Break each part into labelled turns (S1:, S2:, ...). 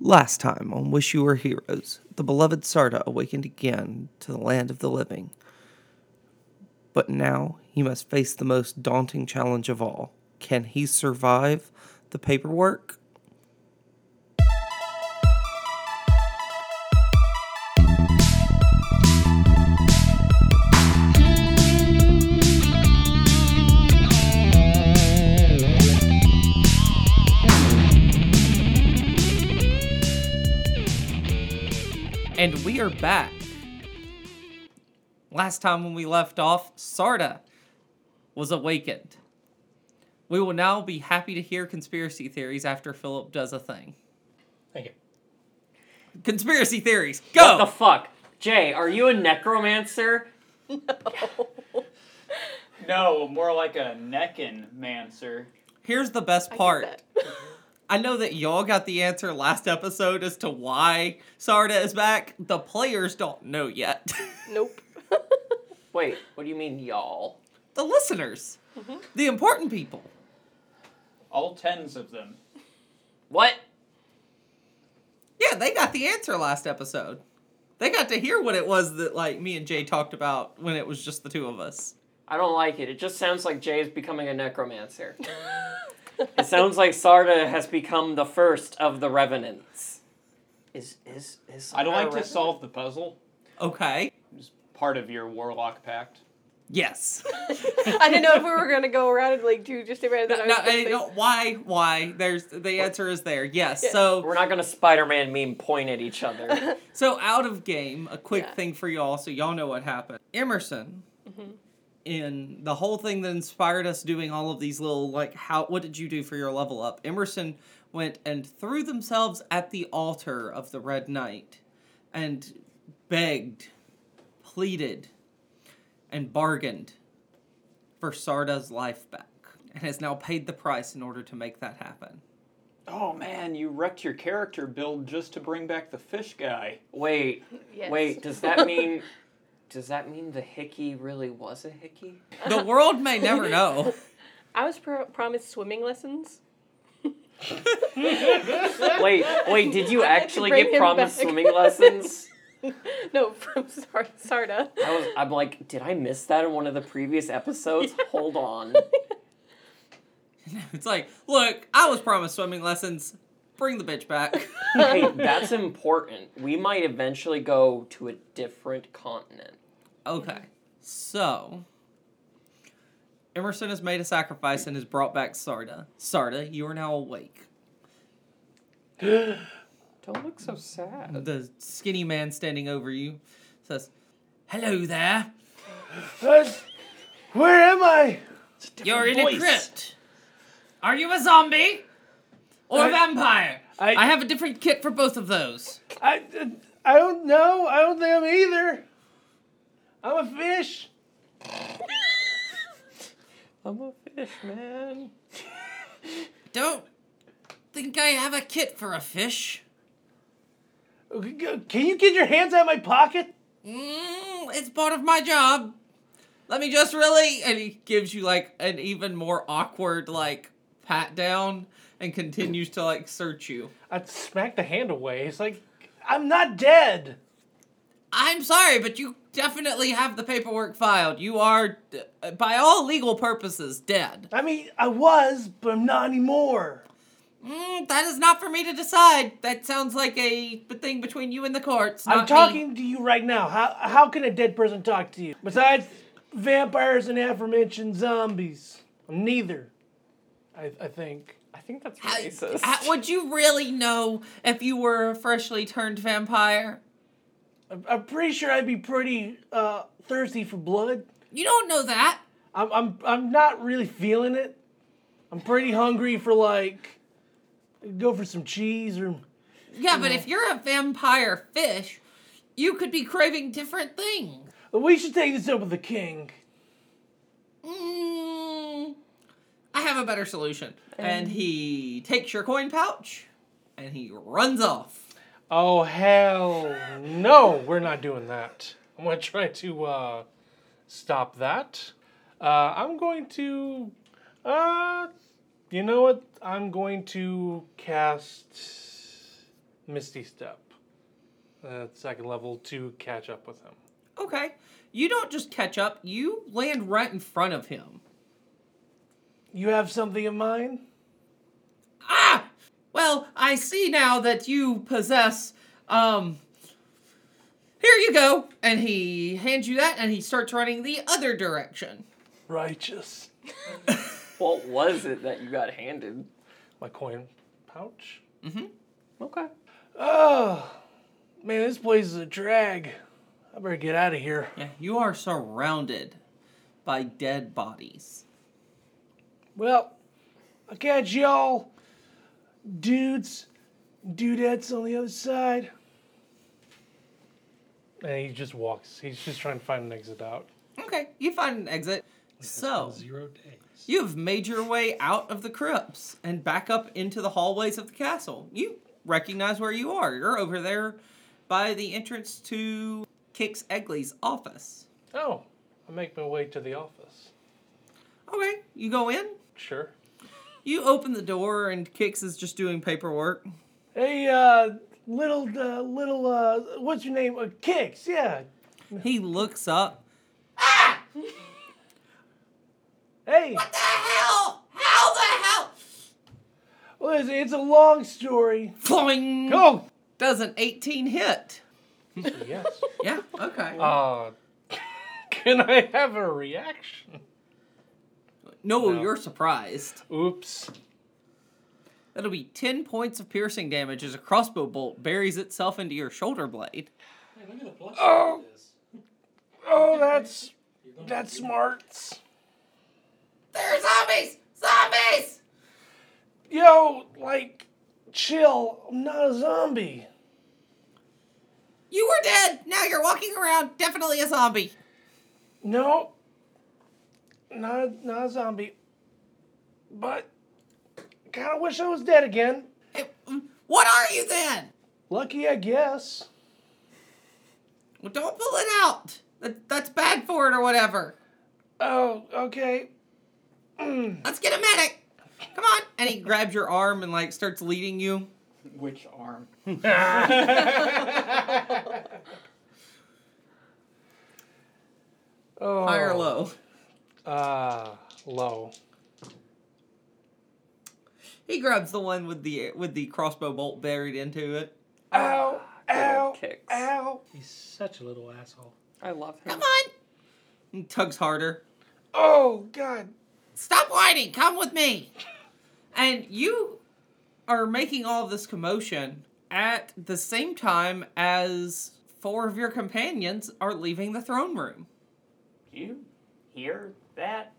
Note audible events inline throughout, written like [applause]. S1: Last time on Wish You Were Heroes, the beloved Sarda awakened again to the land of the living. But now he must face the most daunting challenge of all. Can he survive the paperwork? And we are back. Last time when we left off, Sarda was awakened. We will now be happy to hear conspiracy theories after Philip does a thing.
S2: Thank you.
S1: Conspiracy theories,
S2: What
S3: Oh.
S1: go!
S2: the fuck? Jay, are you a necromancer? [laughs]
S3: No, more like a neckin mancer.
S1: Here's the best
S4: I get
S1: part.
S4: that.
S1: [laughs] I know that y'all got the answer last episode as to why Sarda is back. The players don't know yet. [laughs]
S4: [laughs] Nope.
S2: Wait, what do you mean, y'all?
S1: the listeners,
S4: Mm-hmm.
S1: the important people.
S3: All tens of them.
S2: What?
S1: Yeah, they got the answer last episode. They got to hear what it was that like me and Jay talked about when it was just the two of us.
S2: I don't like it. It just sounds like Jay is becoming a necromancer. it sounds like Sarda has become the first of the revenants. Is is is? Sarda
S3: I'd
S2: a
S3: like to
S2: revenant?
S3: solve the puzzle.
S1: Okay.
S3: It's part of your warlock pact.
S1: Yes.
S4: [laughs] I didn't know if we were gonna go around and like do just about
S1: no,
S4: that.
S1: no, I don't- why? Why? There's the answer is there. Yes. So
S2: We're not gonna Spider-Man meme point at each [laughs] other.
S1: So out of game, a quick
S4: Yeah.
S1: thing for y'all, so y'all know what happened. Emerson, in the whole thing that inspired us doing all of these little like, how what did you do for your level up? Emerson went and threw themselves at the altar of the Red Knight, and begged, pleaded, and bargained for Sarda's life back, and has now paid the price in order to make that happen.
S3: Oh man, you wrecked your character build just to bring back the fish guy.
S2: Wait,
S4: Yes.
S2: wait. Does
S4: [laughs]
S2: that mean? Does that mean the hickey really was a hickey?
S1: The world may never know.
S4: I was pro- promised swimming lessons. [laughs]
S2: [laughs] Wait, wait. Did you actually
S4: bring
S2: get
S4: him
S2: promised
S4: back.
S2: swimming lessons? [laughs]
S4: No, from Sar- Sarda.
S2: I was, I'm like, did I miss that in one of the previous episodes? Hold [laughs] on.
S1: [laughs] It's like, look, I was promised swimming lessons. Bring the bitch back.
S2: Hey, that's important. We might eventually go to a different continent.
S1: okay. So, Emerson has made a sacrifice and has brought back Sarda. Sarda, you are now awake.
S2: Don't look so sad.
S1: The skinny man standing over you says, Hello there.
S3: Where am I?
S1: You're in a crypt. Are you a zombie or a vampire?
S5: I-
S1: I have a different kit for both of those.
S5: I, I don't know. I don't think I'm either. I'm a
S3: [laughs]
S5: fish.
S2: I'm a fish man.
S1: Don't think I have a kit for a fish.
S5: Okay, go- Can you get your hands out of my pocket?
S1: Mm, it's part of my job. Let me just really. And he gives you like an even more awkward, like, pat down and continues to like search you.
S5: I smack the hand away. It's like, I'm not dead.
S1: I'm sorry, but you definitely have the paperwork filed. You are, uh, by all legal purposes, dead.
S5: I mean, I was, but I'm not anymore.
S1: Mm, that is not for me to decide. That sounds like a thing between you and the courts. not
S5: I'm
S1: me.
S5: talking to you right now. How, how can a dead person talk to you? Besides vampires and aforementioned zombies. I'm neither, I, I think.
S2: I think that's
S1: I-
S2: racist.
S1: I- would you really know if you were a freshly turned vampire?
S5: I'm, I'm pretty sure I'd be pretty uh, thirsty for blood.
S1: You don't know that.
S5: I'm, I'm I'm not really feeling it. I'm pretty hungry for like go for some cheese or
S1: Yeah, but if you're a vampire fish, you could be craving different things.
S5: we should take this up with the king.
S1: Mm, I have a better solution. And he takes your coin pouch and he runs off.
S5: Oh hell no, we're not doing that. I'm gonna try to uh, stop that. Uh, I'm going to uh, you know what? I'm going to cast Misty Step, uh, second level, to catch up with him.
S1: Okay. You don't just catch up, you land right in front of him.
S5: You have something in mind?
S1: Ah! Well, I see now that you possess, um, here you go. And he hands you that and he starts running the other direction.
S5: Righteous.
S2: What was it that you got handed?
S5: My coin pouch.
S2: Okay.
S5: Oh, man, this place is a drag. I better get out of here.
S1: Yeah, you are surrounded by dead bodies.
S5: Well, I'll catch y'all dudes, dudettes on the other side. And he just walks. He's just trying to find an exit out.
S1: Okay, you find an exit. So,
S6: Zero days.
S1: you have made your way out of the crypts and back up into the hallways of the castle. You recognize where you are. You're over there by the entrance to Kix Egley's office.
S5: Oh, I make my way to the office.
S1: Okay, you go in.
S5: Sure.
S1: You open the door, and Kix is just doing paperwork.
S5: Hey, uh, little, uh, little, uh, what's your name? Uh, Kicks, yeah.
S1: He looks up.
S5: Hey,
S1: The hell? How the hell?
S5: listen, it's a long story.
S1: Fling!
S5: [laughs] Go!
S1: Does an 18 hit.
S5: Oh! yes.
S1: Yeah, okay.
S5: Uh, [laughs] can I have a reaction?
S1: no, you're surprised.
S5: Oops.
S1: That'll be 10 points of piercing damage as a crossbow bolt buries itself into your shoulder blade.
S6: Hey, look at the plus
S5: Oh.
S6: of this.
S5: Oh, that's that's smarts.
S1: They're zombies! Zombies!
S5: Yo, like, chill. I'm not a zombie.
S1: You were dead! Now you're walking around, definitely a zombie.
S5: No, not a, not a zombie. But kind of wish I was dead again.
S1: What are you then?
S5: Lucky, I guess.
S1: Well, don't pull it out. That, that's bad for it or whatever.
S5: Oh, okay.
S1: Let's get a medic. Come on. And he grabs your arm and like starts leading you.
S3: Which arm?
S5: Oh,
S1: High or low.
S5: Uh, low.
S1: He grabs the one with the with the crossbow bolt buried into it.
S5: Ow, ow,
S2: kicks.
S5: ow.
S6: He's such a little asshole.
S2: I love him.
S1: Come on. He tugs harder.
S5: Oh, God.
S1: Stop whining. Come with me. And you are making all of this commotion at the same time as four of your companions are leaving the throne room.
S2: You hear that?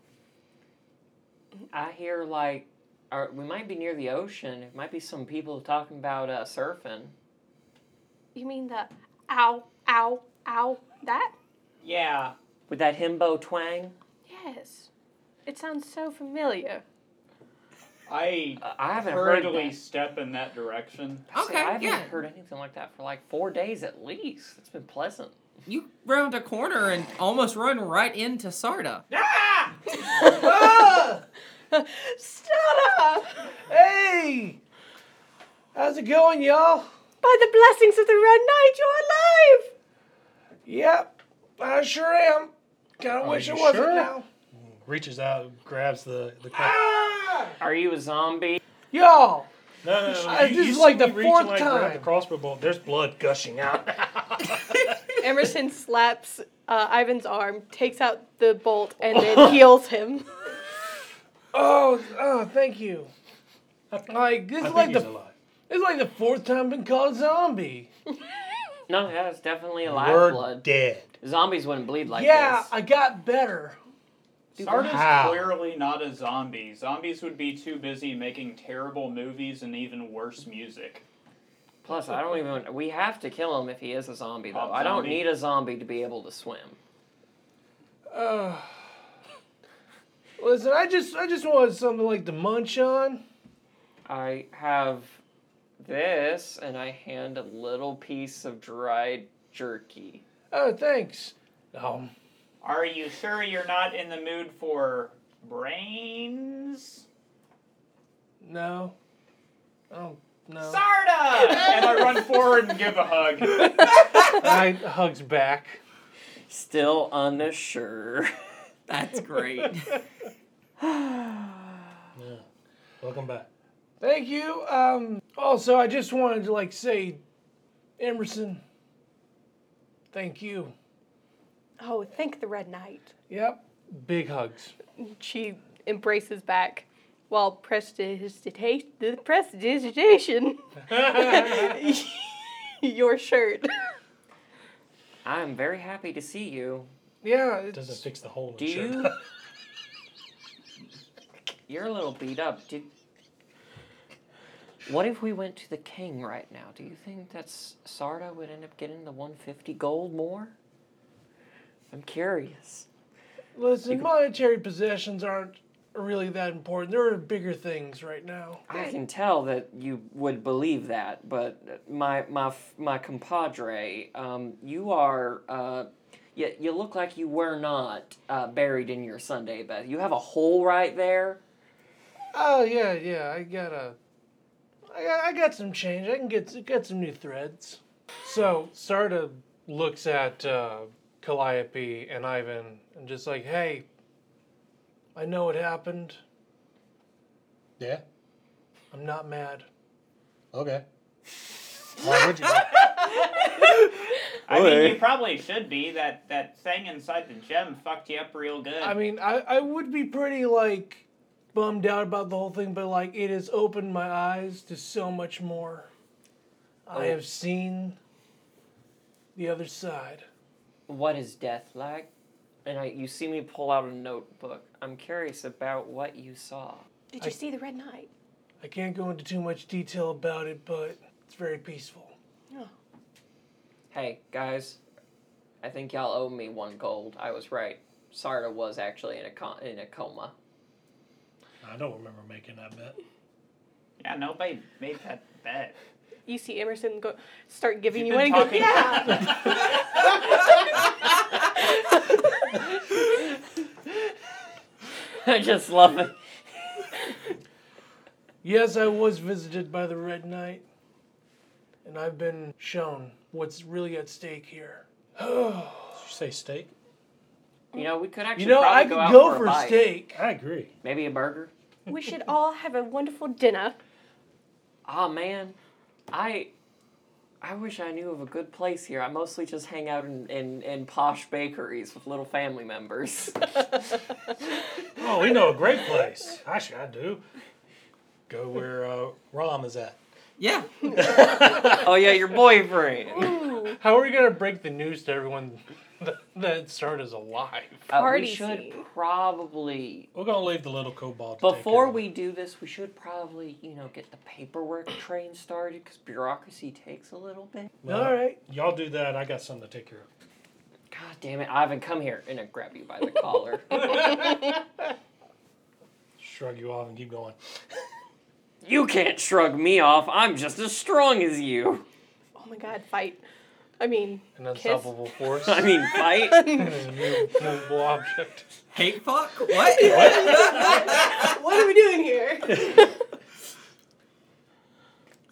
S2: I hear like, or we might be near the ocean. It might be some people talking about uh, surfing.
S4: [laughs] You mean the ow, ow, ow, that?
S3: Yeah.
S2: With that himbo twang,
S4: Yes. It sounds so familiar.
S3: I
S2: uh, I haven't heard.
S3: hurriedly
S2: that.
S3: step in that direction.
S2: I said,
S1: Okay,
S2: I haven't
S1: yeah.
S2: heard anything like that for like four days at least. It's been pleasant.
S1: You round a corner and almost run right into Sarda.
S6: [laughs]
S3: Ah!
S5: Ah!
S4: Stop!
S5: Hey! How's it going, y'all?
S4: By the blessings of the Red Knight, you're alive!
S5: Yep, I sure am. Kinda wish I
S6: you
S5: wasn't
S6: sure?
S5: now.
S6: Reaches out, grabs the the. cro-
S5: Ah!
S2: Are you a zombie?
S5: Y'all!
S6: No, no, no. no.
S5: I-
S6: you-
S5: this
S6: you
S5: is
S6: see
S5: like
S6: me
S5: the
S6: reach and,
S5: fourth
S6: like, grab
S5: time.
S6: The crossbow bolt. There's blood gushing out.
S4: [laughs] Emerson slaps uh, Ivan's arm, takes out the bolt, and
S2: [laughs]
S4: then heals him.
S5: [laughs] Oh, oh, thank you. Like this
S6: I
S5: is
S6: think
S5: like
S6: he's
S5: the
S6: alive.
S5: this is like the fourth time I've been called a zombie.
S2: No, yeah, it's definitely alive
S6: We're
S2: blood.
S6: dead.
S2: Zombies wouldn't bleed like
S5: yeah,
S2: this.
S5: I got better.
S3: Sarda's
S6: how?
S3: clearly not a zombie. Zombies would be too busy making terrible movies and even worse music.
S2: Plus, I don't even. We have to kill him if he is a zombie, though.
S3: Hot
S2: I don't
S3: zombie.
S2: need a zombie to be able to swim.
S5: Uh, [sighs] listen, I just I just wanted something like to munch on.
S2: I have this, and I hand a little piece of dried jerky.
S5: Oh, thanks. Um,
S3: Are you sure you're not in the mood for brains?
S5: no, I don't Um, No.
S3: Sarda! and I run forward and give a hug.
S5: I hugs back.
S2: Still [laughs] unsure.
S1: That's great. [laughs]
S6: Yeah. Welcome back.
S5: Thank you. Um, also, I just wanted to like say, Emerson. Thank you.
S4: Oh, thank the Red Knight.
S5: Yep. Big hugs.
S4: She embraces back while prestidigitation, the prestidigitation, [laughs] your shirt.
S2: I'm very happy to see you.
S5: Yeah. It's,
S6: Doesn't fix the hole. in
S2: Do
S6: the shirt.
S5: [laughs]
S2: you? You're a little beat up. Did. What if we went to the king right now? Do you think that S- Sarda would end up getting the 150 gold more? I'm curious.
S5: Listen, monetary possessions aren't really that important. There are bigger things right now.
S2: I can tell that you would believe that, but my my f- my compadre, um, you are uh, you, you look like you were not uh, buried in your Sunday bath. You have a hole right there.
S5: Oh yeah, yeah. I got a. I got, I got some change. I can get get some new threads. So Sarda looks at uh, Calliope and Ivan and just like, hey. I know it happened.
S6: Yeah.
S5: I'm not mad.
S6: Okay. [laughs] Why [laughs] would you? be?
S3: I mean,
S1: Okay.
S3: you probably should be. That that thing inside the gem fucked you up real good.
S5: I mean, I, I would be pretty like bummed out about the whole thing, but like it has opened my eyes to so much more. I have seen the other side.
S2: What is death like? And I, you see me pull out a notebook. I'm curious about what you saw.
S4: Did you see the Red Knight?
S5: I can't go into too much detail about it, but it's very peaceful.
S2: Hey guys, I think y'all owe me one gold. I was right. Sarda was actually in a con- in a coma. [laughs]
S6: I don't remember making that bet.
S3: yeah, nobody made that bet.
S4: You see Emerson go start giving
S3: You've
S4: you one
S3: been
S4: and go,
S3: talking-
S4: yeah.
S2: I just love it.
S5: Yes, I was visited by the Red Knight, and I've been shown what's really at stake here. [sighs]
S6: Did you say steak?
S2: You know, we could actually
S5: You know,
S2: probably
S5: I could
S2: out
S5: go
S2: for, a
S5: for
S2: bite.
S5: steak.
S6: I agree.
S2: Maybe a burger.
S4: we should all have a wonderful
S2: Uh,
S4: dinner.
S2: Ah man, I I wish I knew of a good place here. I mostly just hang out in, in, in posh bakeries with little family members. [laughs]
S6: Oh, we know a great place. Actually, I do. Go where uh, Rom is at.
S1: yeah.
S2: oh yeah, your boyfriend. Uh,
S5: How are we gonna break the news to everyone [laughs] that, that Sarda's alive?
S2: Uh,
S4: Party
S2: we should
S4: scene.
S2: probably
S6: We're gonna leave the little cobalt. to take care
S2: Before
S6: of
S2: we do this, we should probably, you know, get the paperwork train started because bureaucracy takes a little bit.
S6: it. Well,
S5: All right.
S6: Y'all do that. I got something to take care of.
S2: God damn it, Ivan, come here and I grab you by the collar. [laughs]
S6: Shrug you off and keep going.
S2: you can't shrug me off. I'm just as strong as you.
S4: Oh my God, fight! I mean,
S5: An unstoppable force.
S2: I mean, [laughs] fight.
S5: a new movable object.
S1: Hate fuck? What?
S4: [laughs] what are we doing here?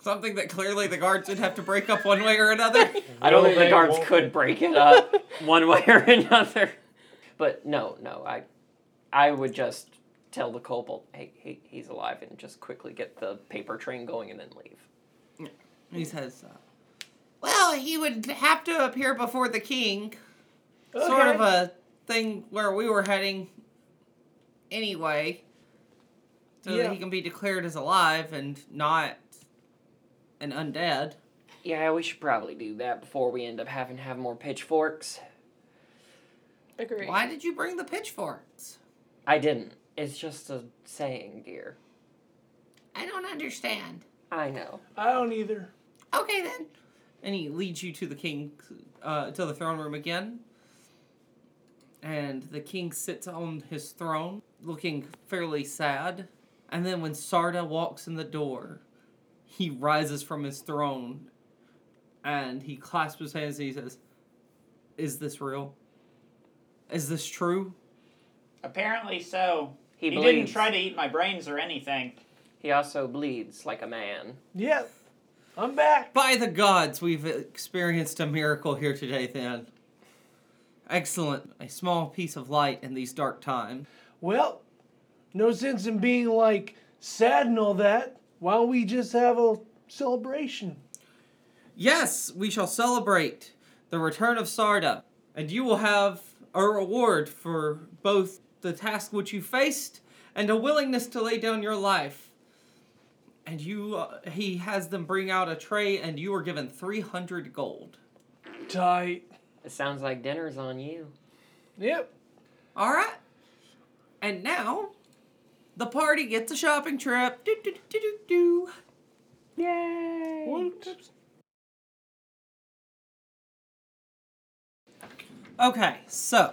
S1: Something that clearly the guards would have to break up one way or
S2: [laughs]
S1: another.
S2: I don't
S6: Will
S2: think the
S6: they,
S2: guards
S6: won't
S2: could break it up [laughs] one way or another. But no, no, I, I would just tell the kobold, hey, hey, he's alive, and just quickly get the paper train going and then leave.
S1: He says, uh, Well, he would have to appear before the king. Sort of a thing where we were heading anyway. So that
S5: Yeah.
S1: he can be declared as alive and not an undead.
S2: Yeah, we should probably do that before we end up having to have more pitchforks.
S4: [laughs] Agree.
S1: Why did you bring the pitchforks?
S2: I didn't. It's just a saying, dear.
S1: I don't understand.
S2: I know.
S5: I don't either.
S1: Okay then. And he leads you to the king, uh, to the throne room again. And the king sits on his throne, looking fairly sad. And then when Sarda walks in the door, he rises from his throne and he clasps his hands and he says, Is this real? Is this true?
S3: Apparently so.
S2: He
S3: he didn't
S2: believes.
S3: try to eat my brains or anything.
S2: He also bleeds like a man.
S5: Yeah, I'm back.
S1: By the gods, we've experienced a miracle here today, then. Excellent. A small piece of light in these dark times.
S5: Well, no sense in being like sad and all that. Why don't we just have a celebration?
S1: Yes, we shall celebrate the return of Sarda, and you will have a reward for both the task which you faced and a willingness to lay down your life. And you, uh, he has them bring out a tray, and you are given 300 gold.
S5: Tight.
S2: It sounds like dinner's on you.
S5: Yep.
S1: All right. And now, the party gets a shopping trip. Do, do, do, do, do. Okay, so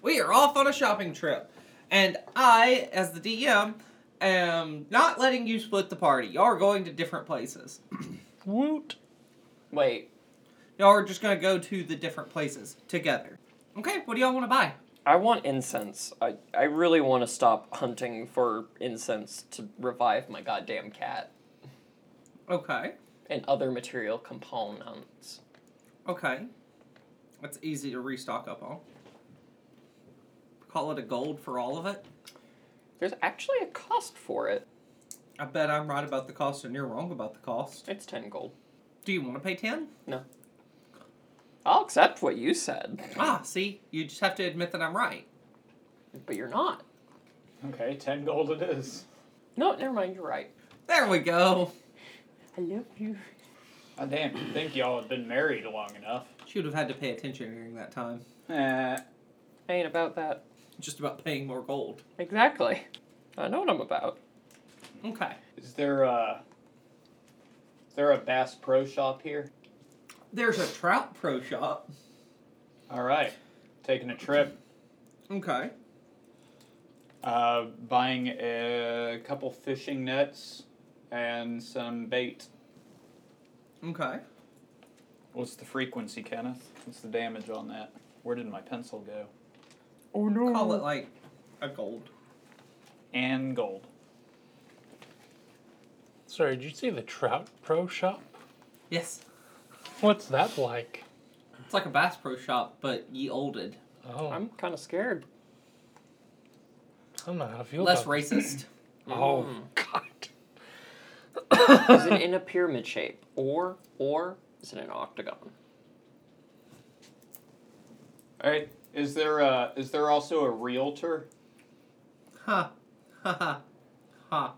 S1: we are off on a shopping trip, and I, as the DM, am not letting you split the party. Y'all are going to different places.
S5: Woot.
S2: Wait,
S1: Y'all are just gonna go to the different places together. Okay, what do y'all want to buy?
S2: I want incense. I, I really want to stop hunting for incense to revive my goddamn cat
S1: Okay,
S2: and other material components.
S1: okay, that's easy to restock up on. Call it a gold for all of it.
S2: There's actually a cost for it.
S1: I bet I'm right about the cost, and you're wrong about the cost.
S2: It's 10 gold.
S1: Do you want to pay ten?
S2: No. I'll accept what you said,
S1: Ah, see, you just have to admit that I'm right.
S2: but you're not.
S3: Okay, ten gold it is.
S2: No, never mind, you're right.
S1: There we go.
S2: I love you.
S3: God Oh, damn, you think y'all have been married long enough.
S1: She would have had to pay attention during that time.
S3: Eh,
S2: I ain't about that.
S1: Just about paying more gold.
S2: Exactly. I know what I'm about.
S1: Okay.
S3: is there a is there a Bass Pro Shop here?
S1: There's a trout pro shop.
S3: All right, taking a trip,
S1: Okay.
S3: uh, buying a couple fishing nets and some bait.
S1: Okay.
S3: What's the frequency, Kenneth? What's the damage on that? Where did my pencil go?
S5: Oh no.
S1: Call it like a gold.
S3: And gold.
S5: Sorry, did you see the Trout Pro Shop?
S1: Yes.
S5: What's that like?
S1: It's like a bass pro shop, but ye olded.
S5: Oh, I'm,
S2: I'm kind of scared.
S5: I do not know how to feel
S1: Less Mm.
S5: about
S1: racist.
S5: that. Oh God.
S2: Is it in a pyramid shape? Or, or, is it an octagon?
S3: All right. Is there a, is there also a realtor?
S1: [laughs] Ha. Ha ha. Ha.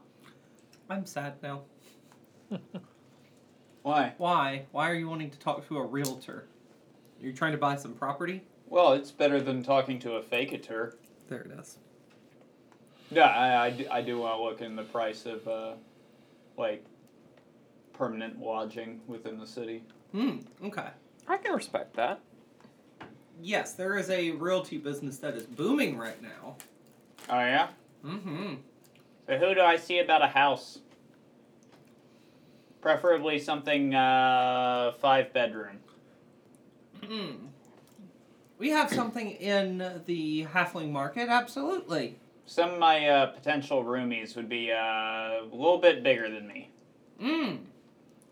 S1: I'm sad now.
S3: Why?
S1: Why? Why are you wanting to talk to a realtor? You're trying to buy some property?
S3: Well, it's better than talking to a fakeator.
S1: There it is.
S3: Yeah, I, I do, want to look in the price of uh, like permanent lodging within the city.
S1: Hmm. Okay.
S2: I can respect that.
S1: Yes, there is a realty business that is booming right now.
S3: Oh yeah.
S1: Mm-hmm.
S3: So who do I see about a house? Preferably something uh, five bedroom.
S1: Mm. We have something in the halfling market, absolutely.
S3: Some of my uh, potential roomies would be uh, a little bit bigger than me.
S1: Mm.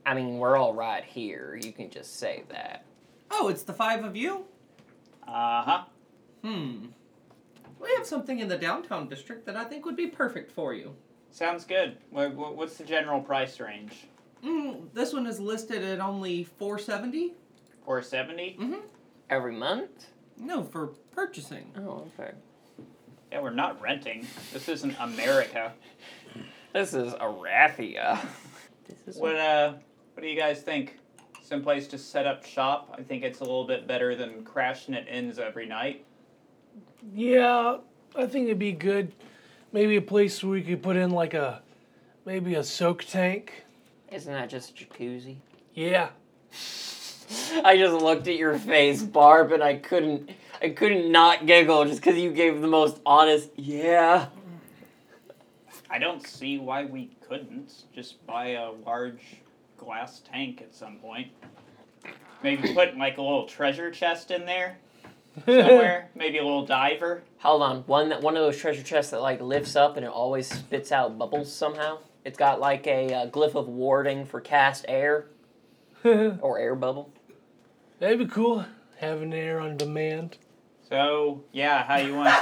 S2: I mean, we're all right here. You can just say that.
S1: Oh, it's the five of you?
S3: Uh huh.
S1: Hmm. We have something in the downtown district that I think would be perfect for you.
S3: Sounds good. What, what, what's the general price range?
S1: Mm, this one is listed at only 470?
S3: Four seventy?
S1: Mm-hmm.
S2: Every month?
S1: No, for purchasing.
S2: Oh, okay.
S3: Yeah, we're not renting. This isn't America.
S2: This is Arathia. This is
S3: What uh, what do you guys think? Some place to set up shop. I think it's a little bit better than crashing at inns every night.
S5: Yeah, I think it'd be good. Maybe a place where we could put in like a, maybe a soak tank.
S2: Isn't that just a jacuzzi?
S5: [laughs] Yeah.
S2: I just looked at your face, Barb, and I couldn't I couldn't not giggle just because you gave the most honest yeah.
S3: I don't see why we couldn't just buy a large glass tank at some point. [clears throat] Maybe put like a little treasure chest in there
S5: [laughs]
S3: [laughs] somewhere. Maybe a little diver.
S2: Hold on, one that one of those treasure chests that like lifts up and it always spits out bubbles somehow. It's got like a uh, glyph of warding for cast air or air bubble.
S5: That'd be cool. Having air on demand.
S3: So yeah, how you [laughs] want?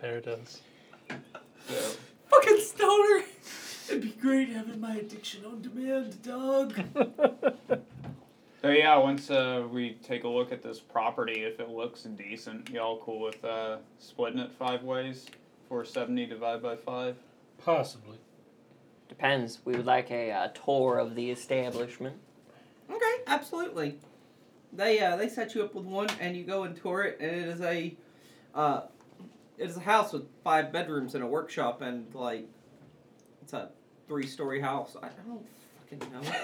S5: There it is.
S1: Fucking stoner. It'd be great having my addiction on demand, dog.
S3: so yeah, once uh, we take a look at this property, if it looks decent, y'all cool with uh, splitting it five ways? Four seventy divided by five.
S6: Possibly.
S2: Depends. We would like a uh, tour of the establishment.
S1: Okay, absolutely. They uh, they set you up with one, and you go and tour it, and it is a, uh, it is a house with five bedrooms and a workshop, and like, it's a three story house. I don't fucking know.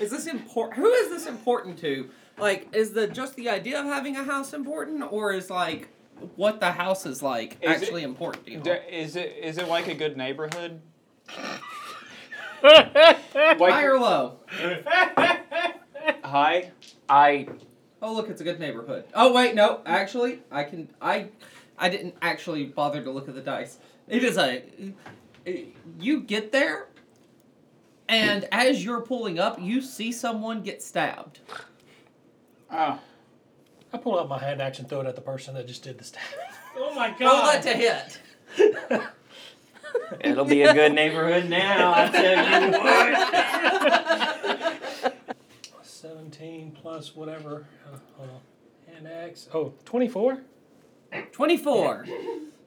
S1: is this important? Who is this important to? Like, is the just the idea of having a house important, or is like what the house is like
S3: Is it-
S1: actually important to you?
S3: D- is it is it like a good [laughs] neighborhood?
S1: High
S3: Like
S1: or low?
S3: high?
S2: I
S1: Oh, look, it's a good neighborhood. Oh, wait, no, actually, I can, I, I didn't actually bother to look at the dice. It is a, you get there, and as you're pulling up, you see someone get stabbed.
S3: Oh,
S6: [laughs] I pull out my hand axe and throw it at the person that just did the stab. oh my
S1: Roll that to hit.
S2: It'll be a good neighborhood now, I tell you what.
S6: 17 plus whatever. Uh, hold on. Hand axe. Oh, 24?
S1: 24.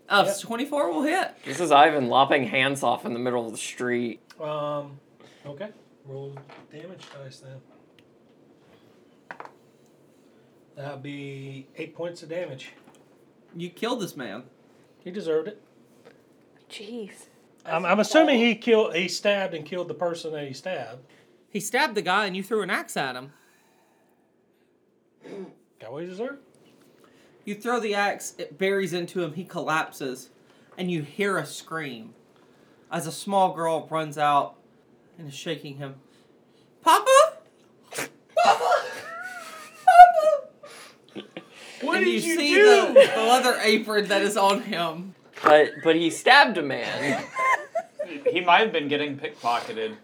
S1: Uh, 24 will hit.
S2: This is Ivan lopping hands off in the middle of the street.
S6: Um, okay. Roll damage dice then. That'll be eight points of damage.
S1: You killed this man.
S6: He deserved it.
S4: Jeez.
S6: I'm, I'm assuming he killed, he stabbed and killed the person that he stabbed.
S1: He stabbed the guy, and you threw an axe at him.
S6: Got what he deserved.
S1: You throw the axe, it buries into him, he collapses, and you hear a scream as a small girl runs out and is shaking him. Papa? Papa? Papa?
S6: What
S1: and
S6: did
S1: you,
S6: you,
S1: see
S6: do?
S1: The, the leather apron that is on him.
S2: But but he stabbed a man.
S3: he might have been getting pickpocketed.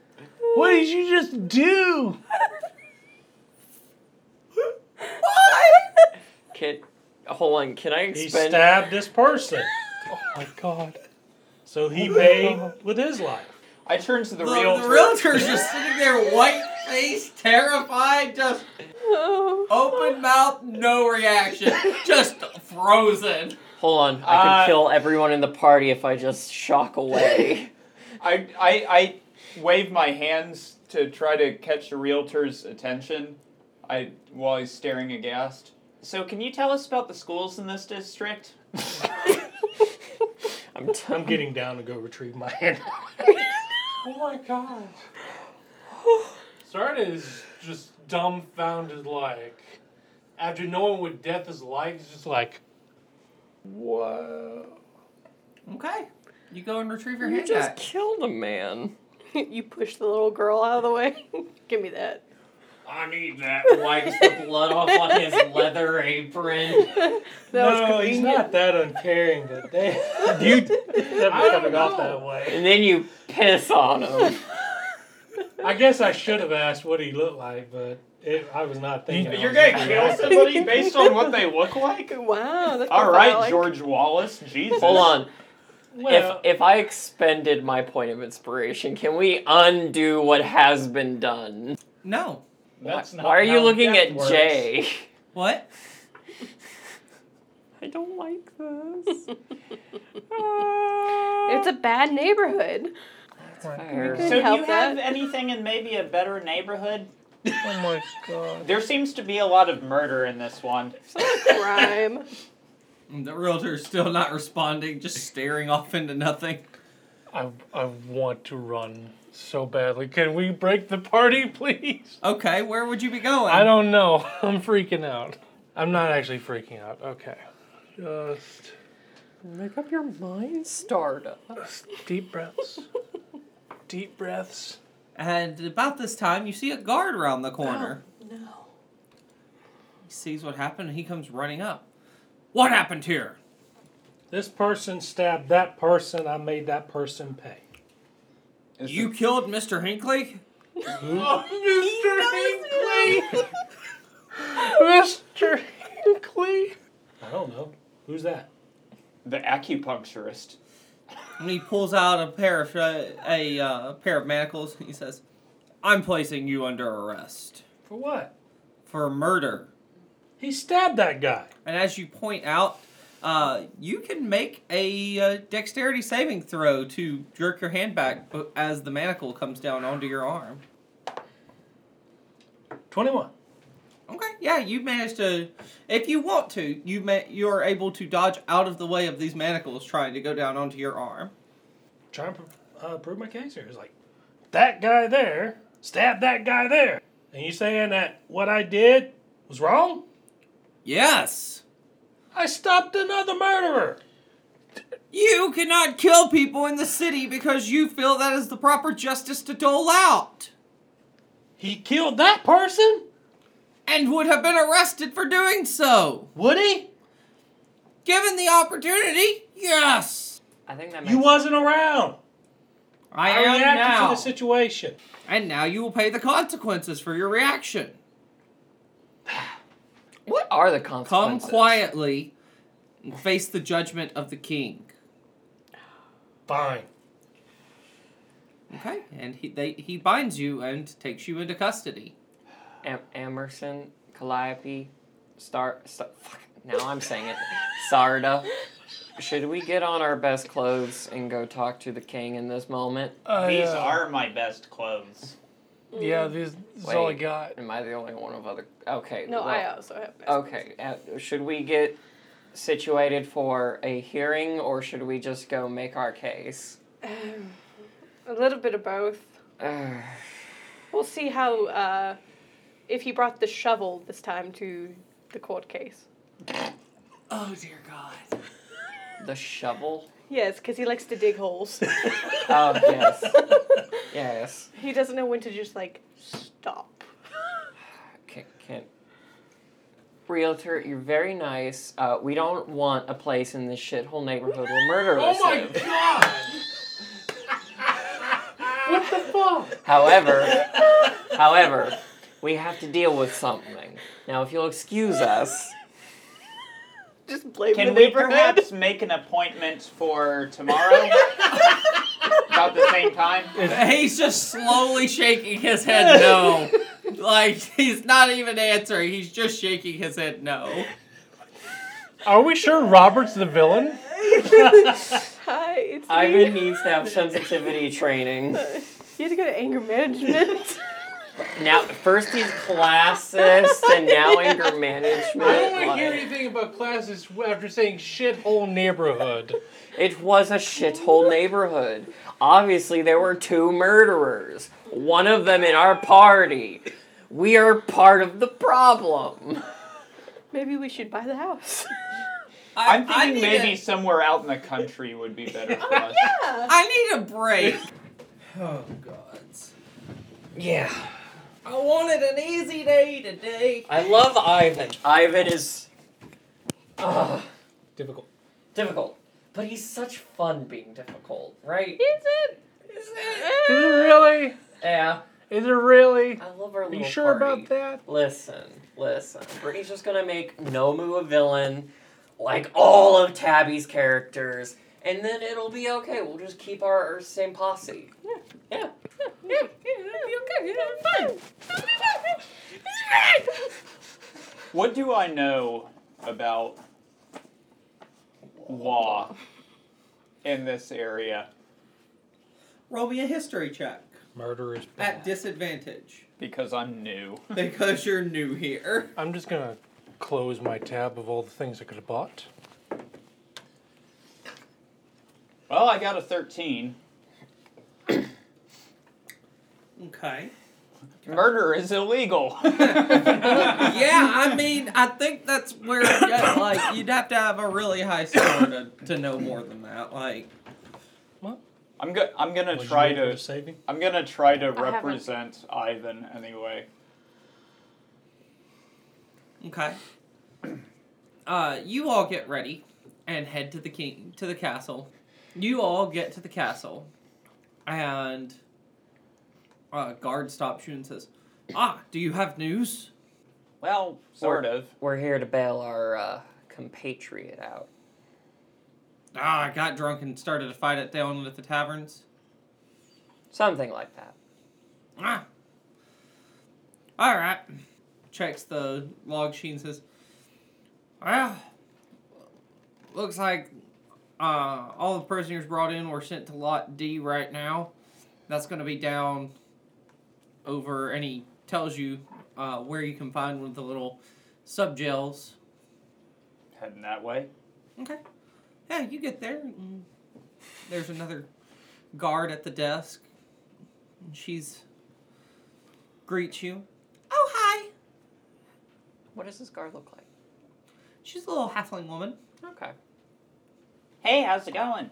S6: What did you just do?
S2: Can, hold on, can I
S6: He
S2: expend?
S6: stabbed this [laughs] person. Oh
S5: My God.
S6: So he paid with his life.
S3: I turned to the,
S1: The,
S3: realtor.
S1: the realtor's just sitting there, white faced, terrified, just
S4: Oh.
S1: open mouth, no reaction, just frozen.
S2: Hold on, I can
S3: Uh,
S2: kill everyone in the party if I just shock [laughs] away.
S3: I, I, I wave my hands to try to catch the realtor's attention I, while he's staring aghast. So, can you tell us about the schools in this district?
S2: I'm, t-
S6: I'm getting down to go retrieve my [laughs] hand.
S5: Oh my
S6: [gasps]
S5: God. Sarda is just dumbfounded, like, after knowing what death is like, it's just like, whoa.
S1: Okay. You go and retrieve your
S2: you
S1: hand
S2: just
S1: axe.
S2: killed a man.
S4: [laughs] you push the little girl out of the way. [laughs] Give me that.
S6: I need that.
S2: Wipes the blood off on his leather apron.
S4: That was
S6: no, he's
S4: convenient.
S6: not that uncaring, but they, you never
S5: I don't
S6: coming
S5: know.
S6: off that way.
S2: And then you piss on him.
S6: I guess I should have asked what he looked like, but it, I was not thinking. I
S3: You're
S6: was
S3: gonna kill somebody based on what they look like?
S4: [laughs] Wow. That's
S3: All right,
S4: violent. [laughs]
S3: George Wallace. Jesus.
S2: Hold on.
S6: Well,
S2: if if I expended my point of inspiration, can we undo what has been done?
S1: No.
S3: That's not
S2: Why are you
S3: how
S2: looking
S3: death
S2: at
S3: works.
S2: Jay? [laughs]
S1: What?
S2: I don't like this.
S4: It's a bad neighborhood.
S3: So,
S4: Couldn't
S3: do you
S4: help
S3: have
S4: that.
S3: anything in maybe a better neighborhood?
S6: oh my god.
S3: There seems to be a lot of murder in this one.
S4: [laughs] Crime.
S1: The realtor's still not responding, just staring off into nothing.
S5: I, I want to run so badly. Can we break the party, please?
S1: Okay, where would you be going?
S5: I don't
S6: [laughs]
S5: know. I'm freaking out. I'm not actually freaking out. Okay. Just
S2: Make up your mind, Stardust.
S5: deep breaths. deep breaths.
S1: And about this time, you see a guard around the corner.
S4: No.
S1: He sees what happened and he comes running up. What happened here?
S6: This person stabbed that person. I made that person pay.
S3: Is
S1: You
S3: it-
S1: killed Mr. Hinkley?
S5: Mr. Hinkley.
S6: I don't know. Who's that?
S3: the acupuncturist.
S1: [laughs] And he pulls out a pair of uh, a uh, pair of manacles. He says, "I'm placing you under arrest
S6: For what?
S1: for murder."
S6: He stabbed that guy.
S1: And as you point out, uh, you can make a uh, dexterity saving throw to jerk your hand back bu- as the manacle comes down onto your arm.
S6: 21.
S1: Okay, yeah, you manage to. If you want to, you ma- you're able to dodge out of the way of these manacles trying to go down onto your arm.
S6: Trying to pro- uh, prove my case here. It's like, that guy there stabbed that guy there. And you saying that what I did was wrong?
S1: Yes,
S6: I stopped another murderer.
S1: you cannot kill people in the city because you feel that is the proper justice to dole out,
S6: He killed that person?
S1: and would have been arrested for doing so.
S6: Would he?
S1: Given the opportunity, yes.
S2: I think that makes
S6: You wasn't around.
S1: I,
S6: I
S1: am
S6: reacted
S1: now.
S6: to the situation.
S1: And now you will pay the consequences for your reaction.
S2: What are the
S1: Come
S2: consequences?
S1: quietly and face the judgment of the king.
S6: Fine.
S1: Okay, and he they, he binds you and takes you into custody.
S2: Em- Emerson, Calliope, Star. Star fuck, now I'm saying it. Sarda. Should we get on our best clothes and go talk to the king in this moment?
S5: I,
S3: These
S5: uh,
S3: are my best clothes.
S5: Yeah, this, this is all I
S2: Wait.
S5: got.
S2: Am I the only one of other? Okay.
S4: No,
S2: well,
S4: I also have.
S2: Okay. Uh, should we get situated for a hearing, or should we just go make our case?
S4: A little bit of both.
S2: Uh,
S4: We'll see how uh, if he brought the shovel this time to the court case.
S1: Oh dear God!
S2: the shovel.
S4: Yes, because he likes to dig holes.
S2: Oh yes. yes.
S4: [laughs] he doesn't know when to just like stop. [laughs]
S2: Can, can Realtor, you're very nice. Uh, we don't want a place in this shithole neighborhood where murder
S5: Oh
S2: is. lived.
S6: Oh [laughs] god! what the fuck?
S2: However, however, we have to deal with something. Now, if you'll excuse us,
S4: Just blame the
S3: Can we
S4: neighborhood.
S3: perhaps make an appointment for tomorrow? About the same time?
S1: he's just slowly shaking his head no, like he's not even answering. He's just shaking his head no.
S5: Are we sure Robert's the villain?
S4: [laughs] Hi, it's [laughs]
S2: Ivan
S4: me.
S2: needs to have sensitivity training.
S4: You had to go to anger [laughs] management.
S2: Now, first he's classist, and now anger management.
S5: I don't want to hear
S2: like-
S5: anything about classes after saying shithole neighborhood.
S2: It was a shithole neighborhood. Obviously, there were two murderers, one of them in our party. We are part of the problem.
S4: Maybe we should buy the house.
S1: I,
S3: I'm
S1: I
S3: thinking
S1: need
S3: maybe
S1: a-
S3: somewhere out in the country would be better for us.
S1: I need a break. oh gods!
S2: Yeah.
S1: I wanted an easy day today.
S2: I love Ivan. Ivan is ugh,
S6: Difficult.
S2: difficult. But he's such fun being difficult, right?
S4: Is it?
S5: Is it really?
S2: Yeah.
S5: Is it really?
S2: I love our
S5: Are
S2: little
S5: you sure
S2: party.
S5: about that?
S2: Listen, listen. Brittany's just gonna make Nomu a villain, like all of Tabby's characters, and then it'll be okay. We'll just keep our, our same posse. Yeah.
S4: Yeah, yeah, okay. Yeah, fine.
S3: What do I know about law in this area?
S1: Roll me a history check
S6: Murder is
S1: at
S6: bad.
S1: disadvantage
S3: Because I'm new.
S1: because you're new here.
S5: I'm just gonna close my tab of all the things I could have bought.
S3: Well, I got a 13.
S1: Okay.
S3: Murder is illegal.
S1: yeah, I mean, I think that's where yeah, like you'd have to have a really high score to, to know more than that. Like,
S3: I'm go- I'm gonna
S6: Was you
S3: try
S6: able
S3: to
S6: save him?
S3: I'm gonna try to
S4: haven't.
S3: represent Ivan anyway.
S1: okay. Uh, you all get ready and head to the king to the castle. You all get to the castle, and uh, guard stops you and says, "Ah, do you have news?"
S3: Well, sort
S2: Or-
S3: of.
S2: [laughs] We're here to bail our uh, compatriot out.
S1: Ah, I got drunk and started a fight at down at the taverns.
S2: Something like that.
S1: Ah. All right. Checks the log sheet and says, Well, looks like uh, all the prisoners brought in were sent to Lot D right now. That's going to be down over, and he tells you uh, where you can find one of the little sub gels.
S3: Heading that way.
S1: Okay. Yeah, you get there. and There's another guard at the desk. And she's greets you. Oh hi.
S2: What does this guard look like?
S1: She's a little halfling woman.
S2: Okay.
S3: Hey, how's it going?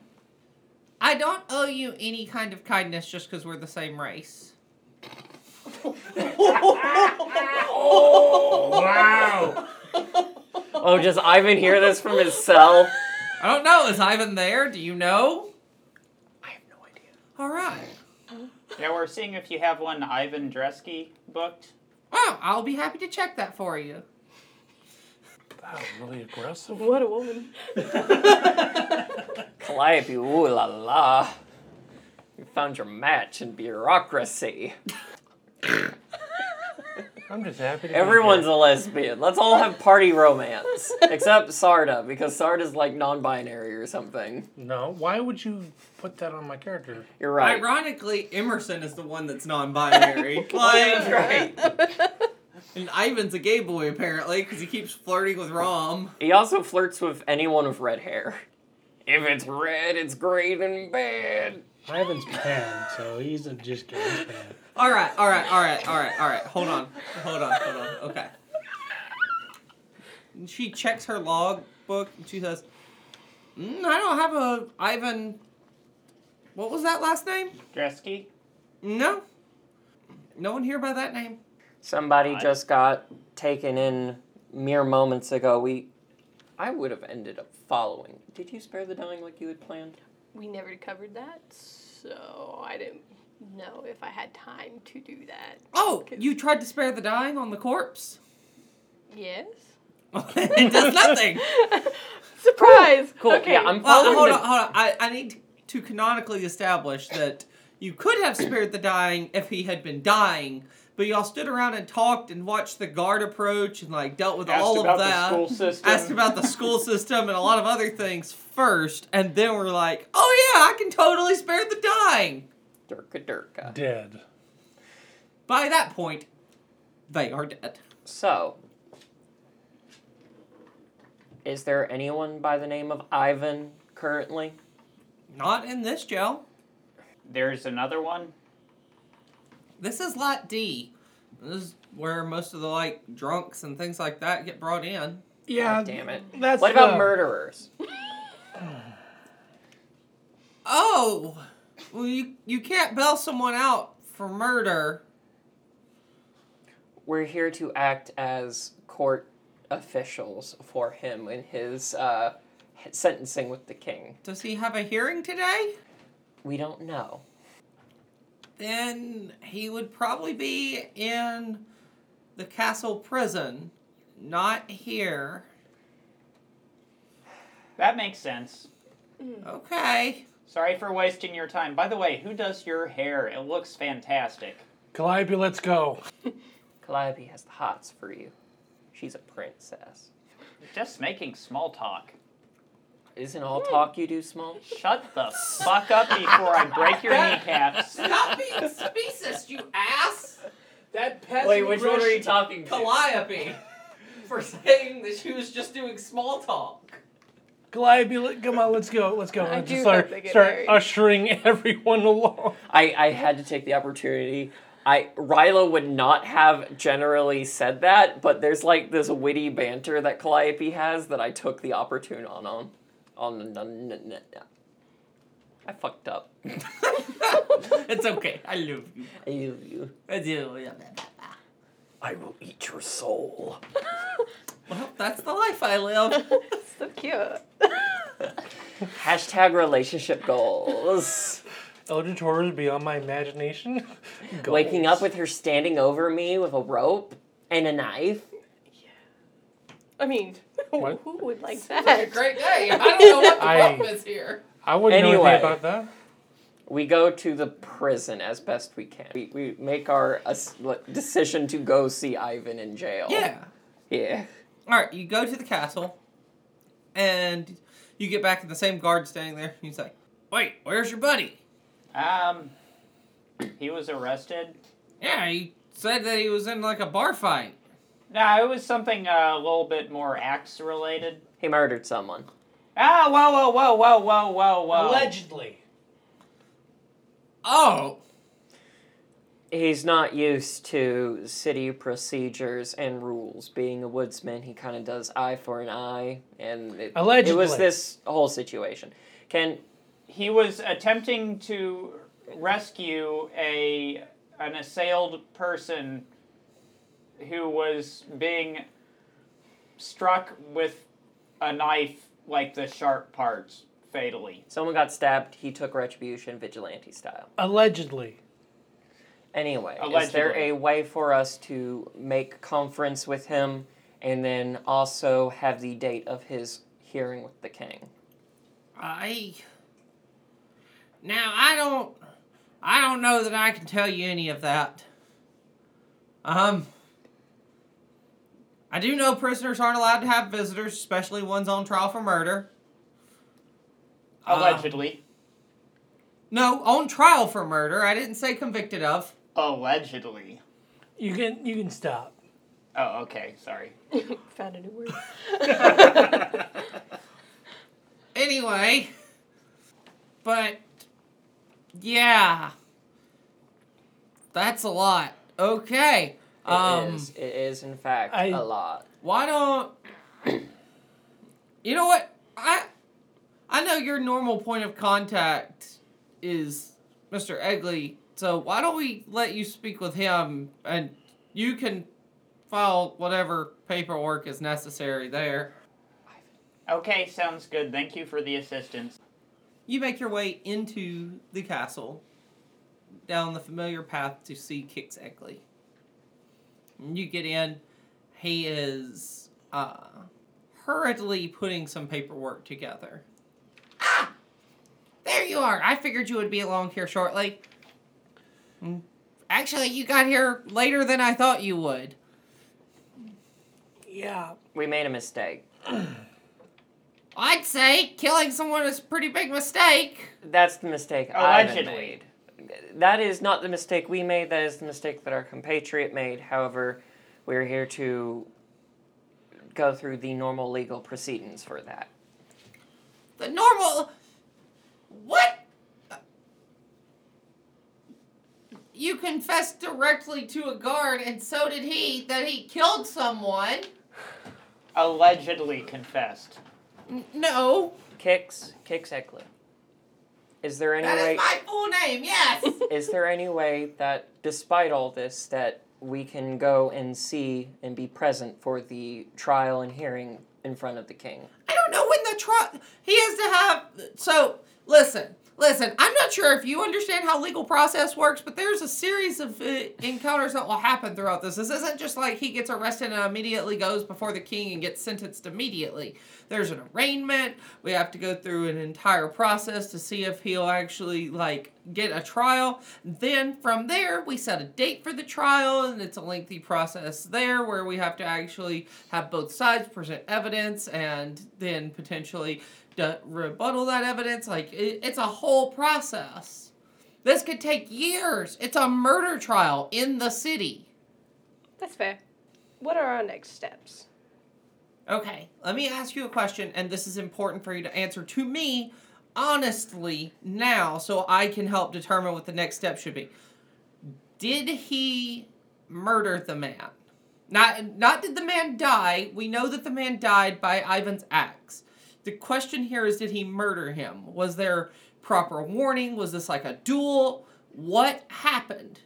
S1: I don't owe you any kind of kindness just because we're the same race.
S6: Wow.
S2: Oh, does Ivan hear this from his cell?
S1: I don't know. Is Ivan there? Do you know?
S2: I have no idea.
S1: All right.
S3: Yeah, we're seeing if you have one Ivan Dresky booked.
S1: Oh, I'll be happy to check that for you.
S6: Wow, really aggressive.
S4: [laughs] What a woman.
S2: Calliope, ooh la la. You found your match in bureaucracy.
S5: I'm just happy to be
S2: Everyone's
S5: here.
S2: a lesbian. Let's all have party romance. Except Sarda, because Sarda's like non binary or something.
S5: No, why would you put that on my character?
S2: You're right.
S1: Ironically, Emerson is the one that's non-binary. [laughs] like, And Ivan's a gay boy apparently because he keeps flirting with Rom.
S2: He also flirts with anyone with red hair. If it's red, it's great and bad.
S6: Ivan's pan, so he's a just getting pan.
S1: All right, all right, all right, all right, all right. Hold on, hold on, hold on. Okay. And she checks her log book and she says, mm, "I don't have a Ivan. What was that last name?
S3: Dresky?
S1: No, no one here by that name.
S2: Somebody
S3: I-
S2: just got taken in mere moments ago. We, I would have ended up following. Did you spare the dying like you had planned?
S4: We never covered that, so I didn't know if I had time to do that.
S1: Oh, you tried to spare the dying on the corpse. [laughs]
S4: Yes?
S1: it does nothing.
S4: Surprise!
S2: Cool.
S4: Okay.
S2: Yeah, I'm
S1: Well,
S2: following.
S1: hold
S2: the-
S1: on, hold on. I, I need to canonically establish that you could have spared the dying if he had been dying, but y'all stood around and talked and watched the guard approach and like dealt with
S3: Asked
S1: all
S3: about
S1: of that.
S3: the school system.
S1: Asked about the school system and a lot of other things first, and then we're like, oh yeah, I can totally spare the dying.
S2: Durka Durka.
S6: Dead.
S1: By that point, they are dead.
S2: So, is there anyone by the name of Ivan currently?
S1: Not in this jail.
S3: There's another one.
S1: This is Lot D. This is where most of the like drunks and things like that get brought in.
S5: Yeah,
S2: God damn it.
S5: that's
S2: What about
S5: the-
S2: murderers?
S1: Oh, well, you, you can't bail someone out for murder.
S2: We're here to act as court officials for him in his uh, sentencing with the king.
S1: Does he have a hearing today?
S2: We don't know.
S1: Then he would probably be in the castle prison, not here.
S3: That makes sense.
S1: Okay.
S3: Sorry for wasting your time. By the way, who does your hair? It looks fantastic.
S5: Calliope, let's go.
S2: Calliope has the hots for you. She's a princess.
S3: Just making small talk.
S2: Isn't all talk you do small?
S3: Shut the fuck up before I break your kneecaps.
S1: Stop being speciesist, you ass!
S5: That peasant.
S2: Wait, which one are you talking to?
S1: Calliope for saying that she was just doing small talk.
S5: Calliope, let, come on, let's go, let's go.
S4: I
S5: Let's
S4: do
S5: start
S4: hope they get
S5: start
S4: married.
S5: ushering [laughs] everyone along.
S2: I, I had to take the opportunity. I Rilo would not have generally said that, but there's like this witty banter that Calliope has that I took the opportune on on on. on, on, on, on. I fucked up.
S1: It's okay. I love you.
S2: I love you.
S1: I do.
S2: I will eat your soul.
S1: Well, that's the life I live.
S4: so cute.
S2: Hashtag relationship [laughs] goals.
S5: Eldritch horrors beyond my imagination. [laughs]
S2: Waking up with her standing over me with a rope and a knife.
S4: [laughs] I mean,
S5: What?
S4: [laughs] who would like
S7: It's a
S4: that?
S7: great day. I don't know what the
S5: I-
S7: problem is here.
S5: I wouldn't know
S2: Anyway.
S5: anything about that.
S2: We go to the prison as best we can. We, we make our uh, decision to go see Ivan in jail.
S1: Yeah.
S2: Yeah.
S1: All right, you go to the castle, and you get back at the same guard standing there. He's like, "Wait, where's your buddy?"
S3: Um, he was arrested.
S1: Yeah, he said that he was in like a bar fight.
S3: Nah, it was something uh, a little bit more axe related.
S2: He murdered someone.
S3: Ah, whoa, whoa, whoa, whoa, whoa, whoa, whoa.
S6: Allegedly.
S1: Oh,
S2: He's not used to city procedures and rules. Being a woodsman, he kind of does eye for an eye, and it, it was
S5: Allegedly.
S2: this whole situation. Can
S3: He was attempting to rescue a an assailed person who was being struck with a knife, like the sharp parts, fatally.
S2: someone got stabbed? He took retribution, vigilante style.
S5: Allegedly.
S2: Anyway, is there
S3: Allegedly.
S2: a way for us to make conference with him, and then also have the date of his hearing with the king?
S1: I. Now I don't, I don't know that I can tell you any of that. Um. I do know prisoners aren't allowed to have visitors, especially ones on trial for murder. Uh,
S3: Allegedly.
S1: no, on trial for murder. I didn't say convicted of.
S3: Allegedly.
S5: You can you can stop.
S3: Oh, okay. Sorry.
S4: [laughs] Found a new word.
S1: Anyway, but yeah, that's a lot. Okay,
S2: It
S1: um,
S2: is- It is, in fact,
S5: I-
S2: a lot.
S1: why don't you know what I? I know your normal point of contact is Mr. Egley, so why don't we let you speak with him and you can file whatever paperwork is necessary there.
S3: Okay, sounds good. Thank you for the assistance.
S1: You make your way into the castle, down the familiar path to see Kix Eckley. When you get in, he is uh, hurriedly putting some paperwork together. Ah! There you are! I figured you would be along here shortly. Mm, Actually, you got here later than I thought you would.
S5: Yeah.
S2: We made a mistake.
S1: I'd say killing someone is a pretty big mistake.
S2: That's the mistake Ivan
S3: Allegedly.
S2: made. That is not the mistake we made. That is the mistake that our compatriot made. However, we're here to go through the normal legal proceedings for that.
S1: The normal. What? You confessed directly to a guard, and so did he, that he killed someone.
S3: Allegedly confessed.
S1: N- No,
S2: Kicks, kicks Eckler. Is there any
S1: that
S2: way?
S1: is my full name. Yes.
S2: Is there any way that, despite all this, that we can go and see and be present for the trial and hearing in front of the king?
S1: I don't know when the trial. He has to have. So listen, listen. I'm not sure if you understand how legal process works, but there's a series of uh, encounters that will happen throughout this. This isn't just like he gets arrested and immediately goes before the king and gets sentenced immediately. There's an arraignment. We have to go through an entire process to see if he'll actually like get a trial. Then from there, we set a date for the trial, and it's a lengthy process there where we have to actually have both sides present evidence and then potentially d- rebuttal that evidence. Like, it, it's a whole process. This could take years. It's a murder trial in the city.
S4: That's fair. What are our next steps?
S1: Okay, let me ask you a question, and this is important for you to answer to me honestly now so I can help determine what the next step should be. Did he murder the man? Not not did the man die? We know that the man died by Ivan's axe. The question here is did he murder him? Was there proper warning? Was this like a duel? What happened?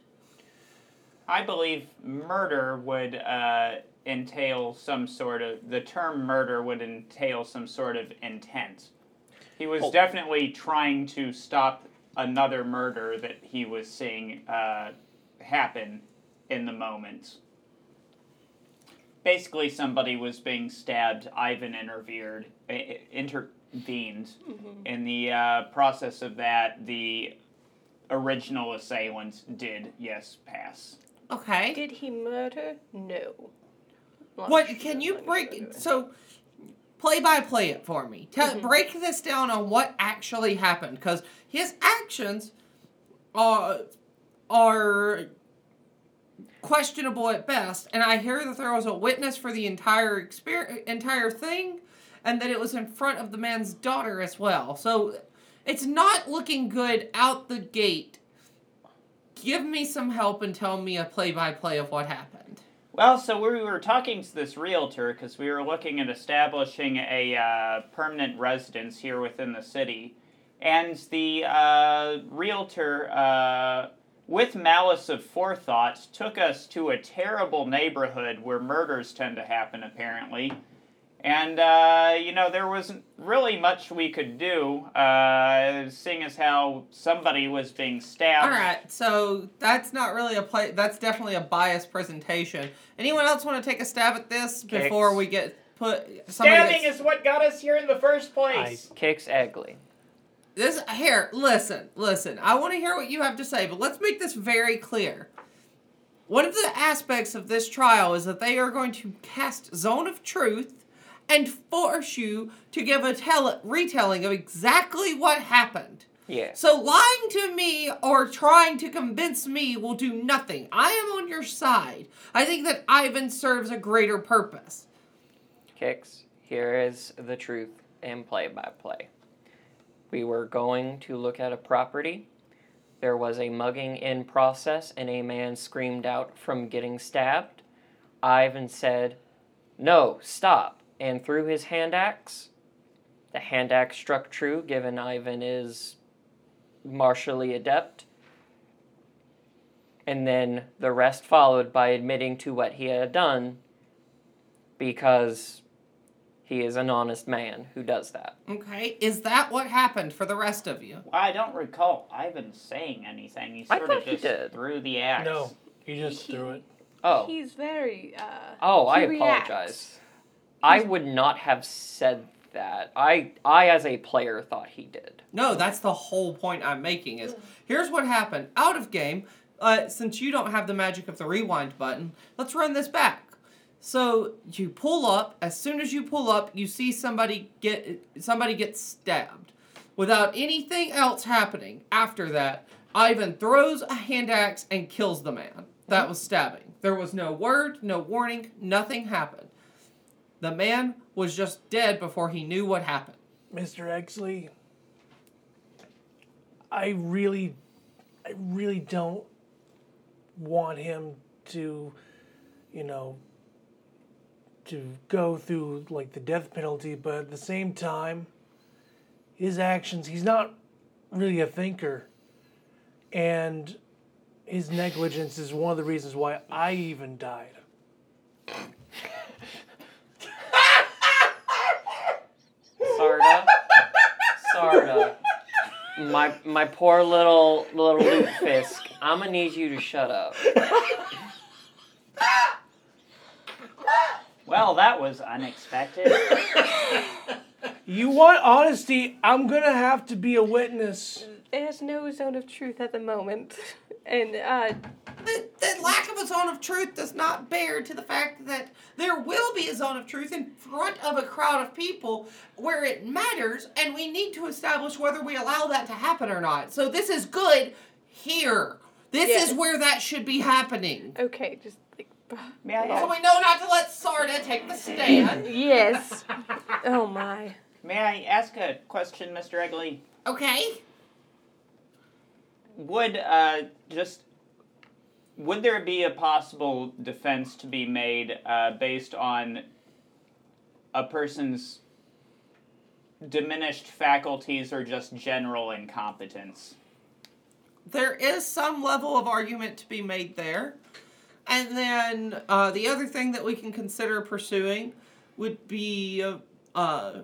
S3: I believe murder would uh, entail some sort of. The term murder would entail some sort of intent. He was definitely trying to stop another murder that he was seeing uh, happen in the moment. Basically, somebody was being stabbed. Ivan intervened, i- i- intervened. In the uh, process of that, the original assailant did, yes, pass.
S1: Okay.
S4: Did he murder? No. Not
S1: What
S4: sure
S1: can you
S4: if I
S1: break?
S4: murdered.
S1: So, play by play it for me. Tell, Break this down on what actually happened, because his actions are are questionable at best. And I hear that there was a witness for the entire experience, entire thing, and that it was in front of the man's daughter as well. So, it's not looking good out the gate. Give me some help and tell me a play by play of what happened.
S3: Well, so we were talking to this realtor because we were looking at establishing a uh, permanent residence here within the city. And the uh, realtor, uh, with malice of forethought, took us to a terrible neighborhood where murders tend to happen, apparently. And, uh, you know, there wasn't really much we could do, uh, seeing as how somebody was being stabbed.
S1: All right, so that's not really a play. That's definitely a biased presentation. Anyone else want to take a stab at this before we get put? somebody
S3: Stabbing
S1: gets-
S3: is what got us here in the first place.
S2: Kicks Egley.
S1: this here. Listen, listen. I want to hear what you have to say, but let's make this very clear. One of the aspects of this trial is that they are going to cast Zone of Truth and force you to give a tell- retelling of exactly what happened.
S2: Yeah.
S1: So lying to me or trying to convince me will do nothing. I am on your side. I think that Ivan serves a greater purpose.
S2: Kicks, here is the truth in play by play. We were going to look at a property. There was a mugging in process, and a man screamed out from getting stabbed. Ivan said, No, stop, and threw his hand axe. The hand axe struck true, given Ivan is martially adept. And then the rest followed by admitting to what he had done because he is an honest man who does that.
S1: Okay? Is that what happened for the rest of you?
S3: I don't recall Ivan saying anything. He
S2: I
S3: sort
S2: thought
S3: of
S2: he
S3: just
S2: did.
S3: threw the axe.
S6: No, he just threw it.
S2: Oh,
S4: He's very. Uh,
S2: oh, I
S4: he reacts.
S2: apologize. I would not have said that. I, I as a player thought he did.
S1: No, that's the whole point I'm making is here's what happened out of game. Uh, since you don't have the magic of the rewind button, let's run this back. So you pull up. As soon as you pull up, you see somebody get somebody gets stabbed, without anything else happening. After that, Ivan throws a hand axe and kills the man. That was stabbing. There was no word, no warning, nothing happened. The man was just dead before he knew what happened.
S5: Mr. Exley, I really, I really don't want him to, you know, to go through like the death penalty, but at the same time, his actions, he's not really a thinker. And his negligence is one of the reasons why I even died.
S4: [laughs]
S2: Sarda, Sarda, my my poor little little Luke Fisk. I'm gonna need you to shut up.
S3: Well, that was
S2: [laughs]
S3: unexpected.
S5: You want honesty? I'm gonna have to be a witness.
S4: there's no zone of truth at the moment, [laughs] and uh,
S1: the, the lack of a zone of truth does not bear to the fact that there will be a zone of truth in front of a crowd of people where it matters, and we need to establish whether we allow that to happen or not. So this is good here. This
S4: Yes.
S1: is where that should be happening.
S4: okay, just like. [laughs]
S3: May I,
S1: So
S3: ask,
S1: we know not to let Sarda take the stand.
S4: Yes. oh my.
S3: may I ask a question, Mr. Egley?
S1: Okay.
S3: Would uh, just would there be a possible defense to be made uh, based on a person's diminished faculties or just general incompetence?
S1: there is some level of argument to be made there. And then uh, the other thing that we can consider pursuing would be uh, uh,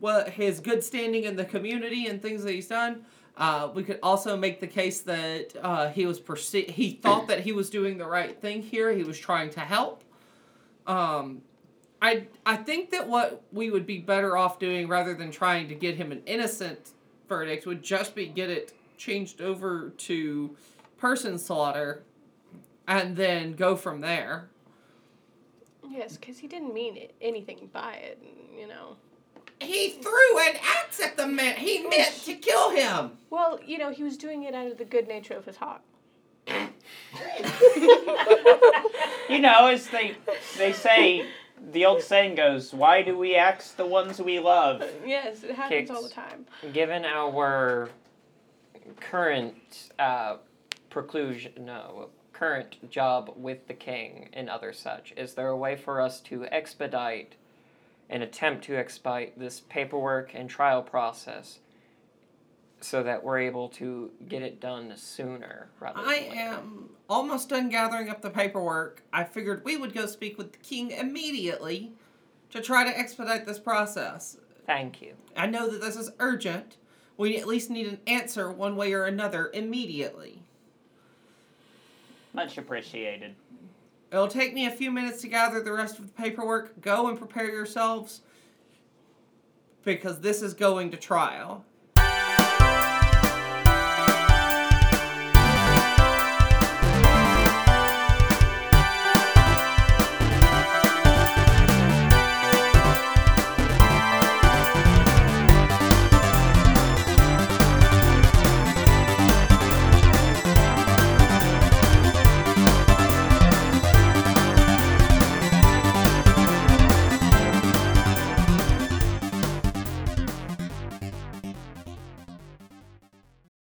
S1: what his good standing in the community and things that he's done. Uh, we could also make the case that uh, he was perce- he thought that he was doing the right thing here. He was trying to help. Um, I I think that what we would be better off doing rather than trying to get him an innocent verdict would just be get it changed over to person slaughter, and then go from there.
S4: Yes, because he didn't mean it, anything by it, you know.
S1: He threw an axe at the man. He meant to kill him.
S4: Well, you know, he was doing it out of the good nature of his heart.
S3: You know, as they they say, the old saying goes, "Why do we axe the ones we love?"
S4: Yes, it happens all the
S2: Kicks.
S4: time.
S2: Given our current uh, preclusion, no, current job with the king and other such, is there a way for us to expedite and attempt to expedite this paperwork and trial process so that we're able to get it done sooner rather than
S1: I
S2: later?
S1: am almost done gathering up the paperwork. I figured we would go speak with the king immediately to try to expedite this process.
S2: Thank you.
S1: I know that this is urgent. We at least need an answer one way or another immediately.
S3: Much appreciated.
S1: It'll take me a few minutes to gather the rest of the paperwork. Go and prepare yourselves because this is going to trial.